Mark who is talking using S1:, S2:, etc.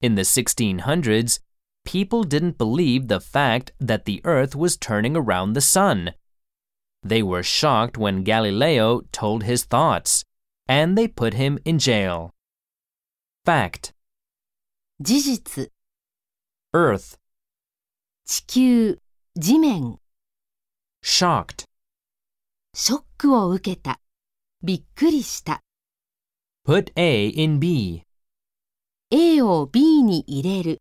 S1: In the 1600s, people didn't believe the fact that the Earth was turning around the Sun. They were shocked when Galileo told his thoughts, and they put him in jail. Fact
S2: 事実、
S1: Earth,
S2: 地球、地面、
S1: shocked.
S2: ショックを受けた。びっくりした。
S1: Put A in B.
S2: A を B に入れる。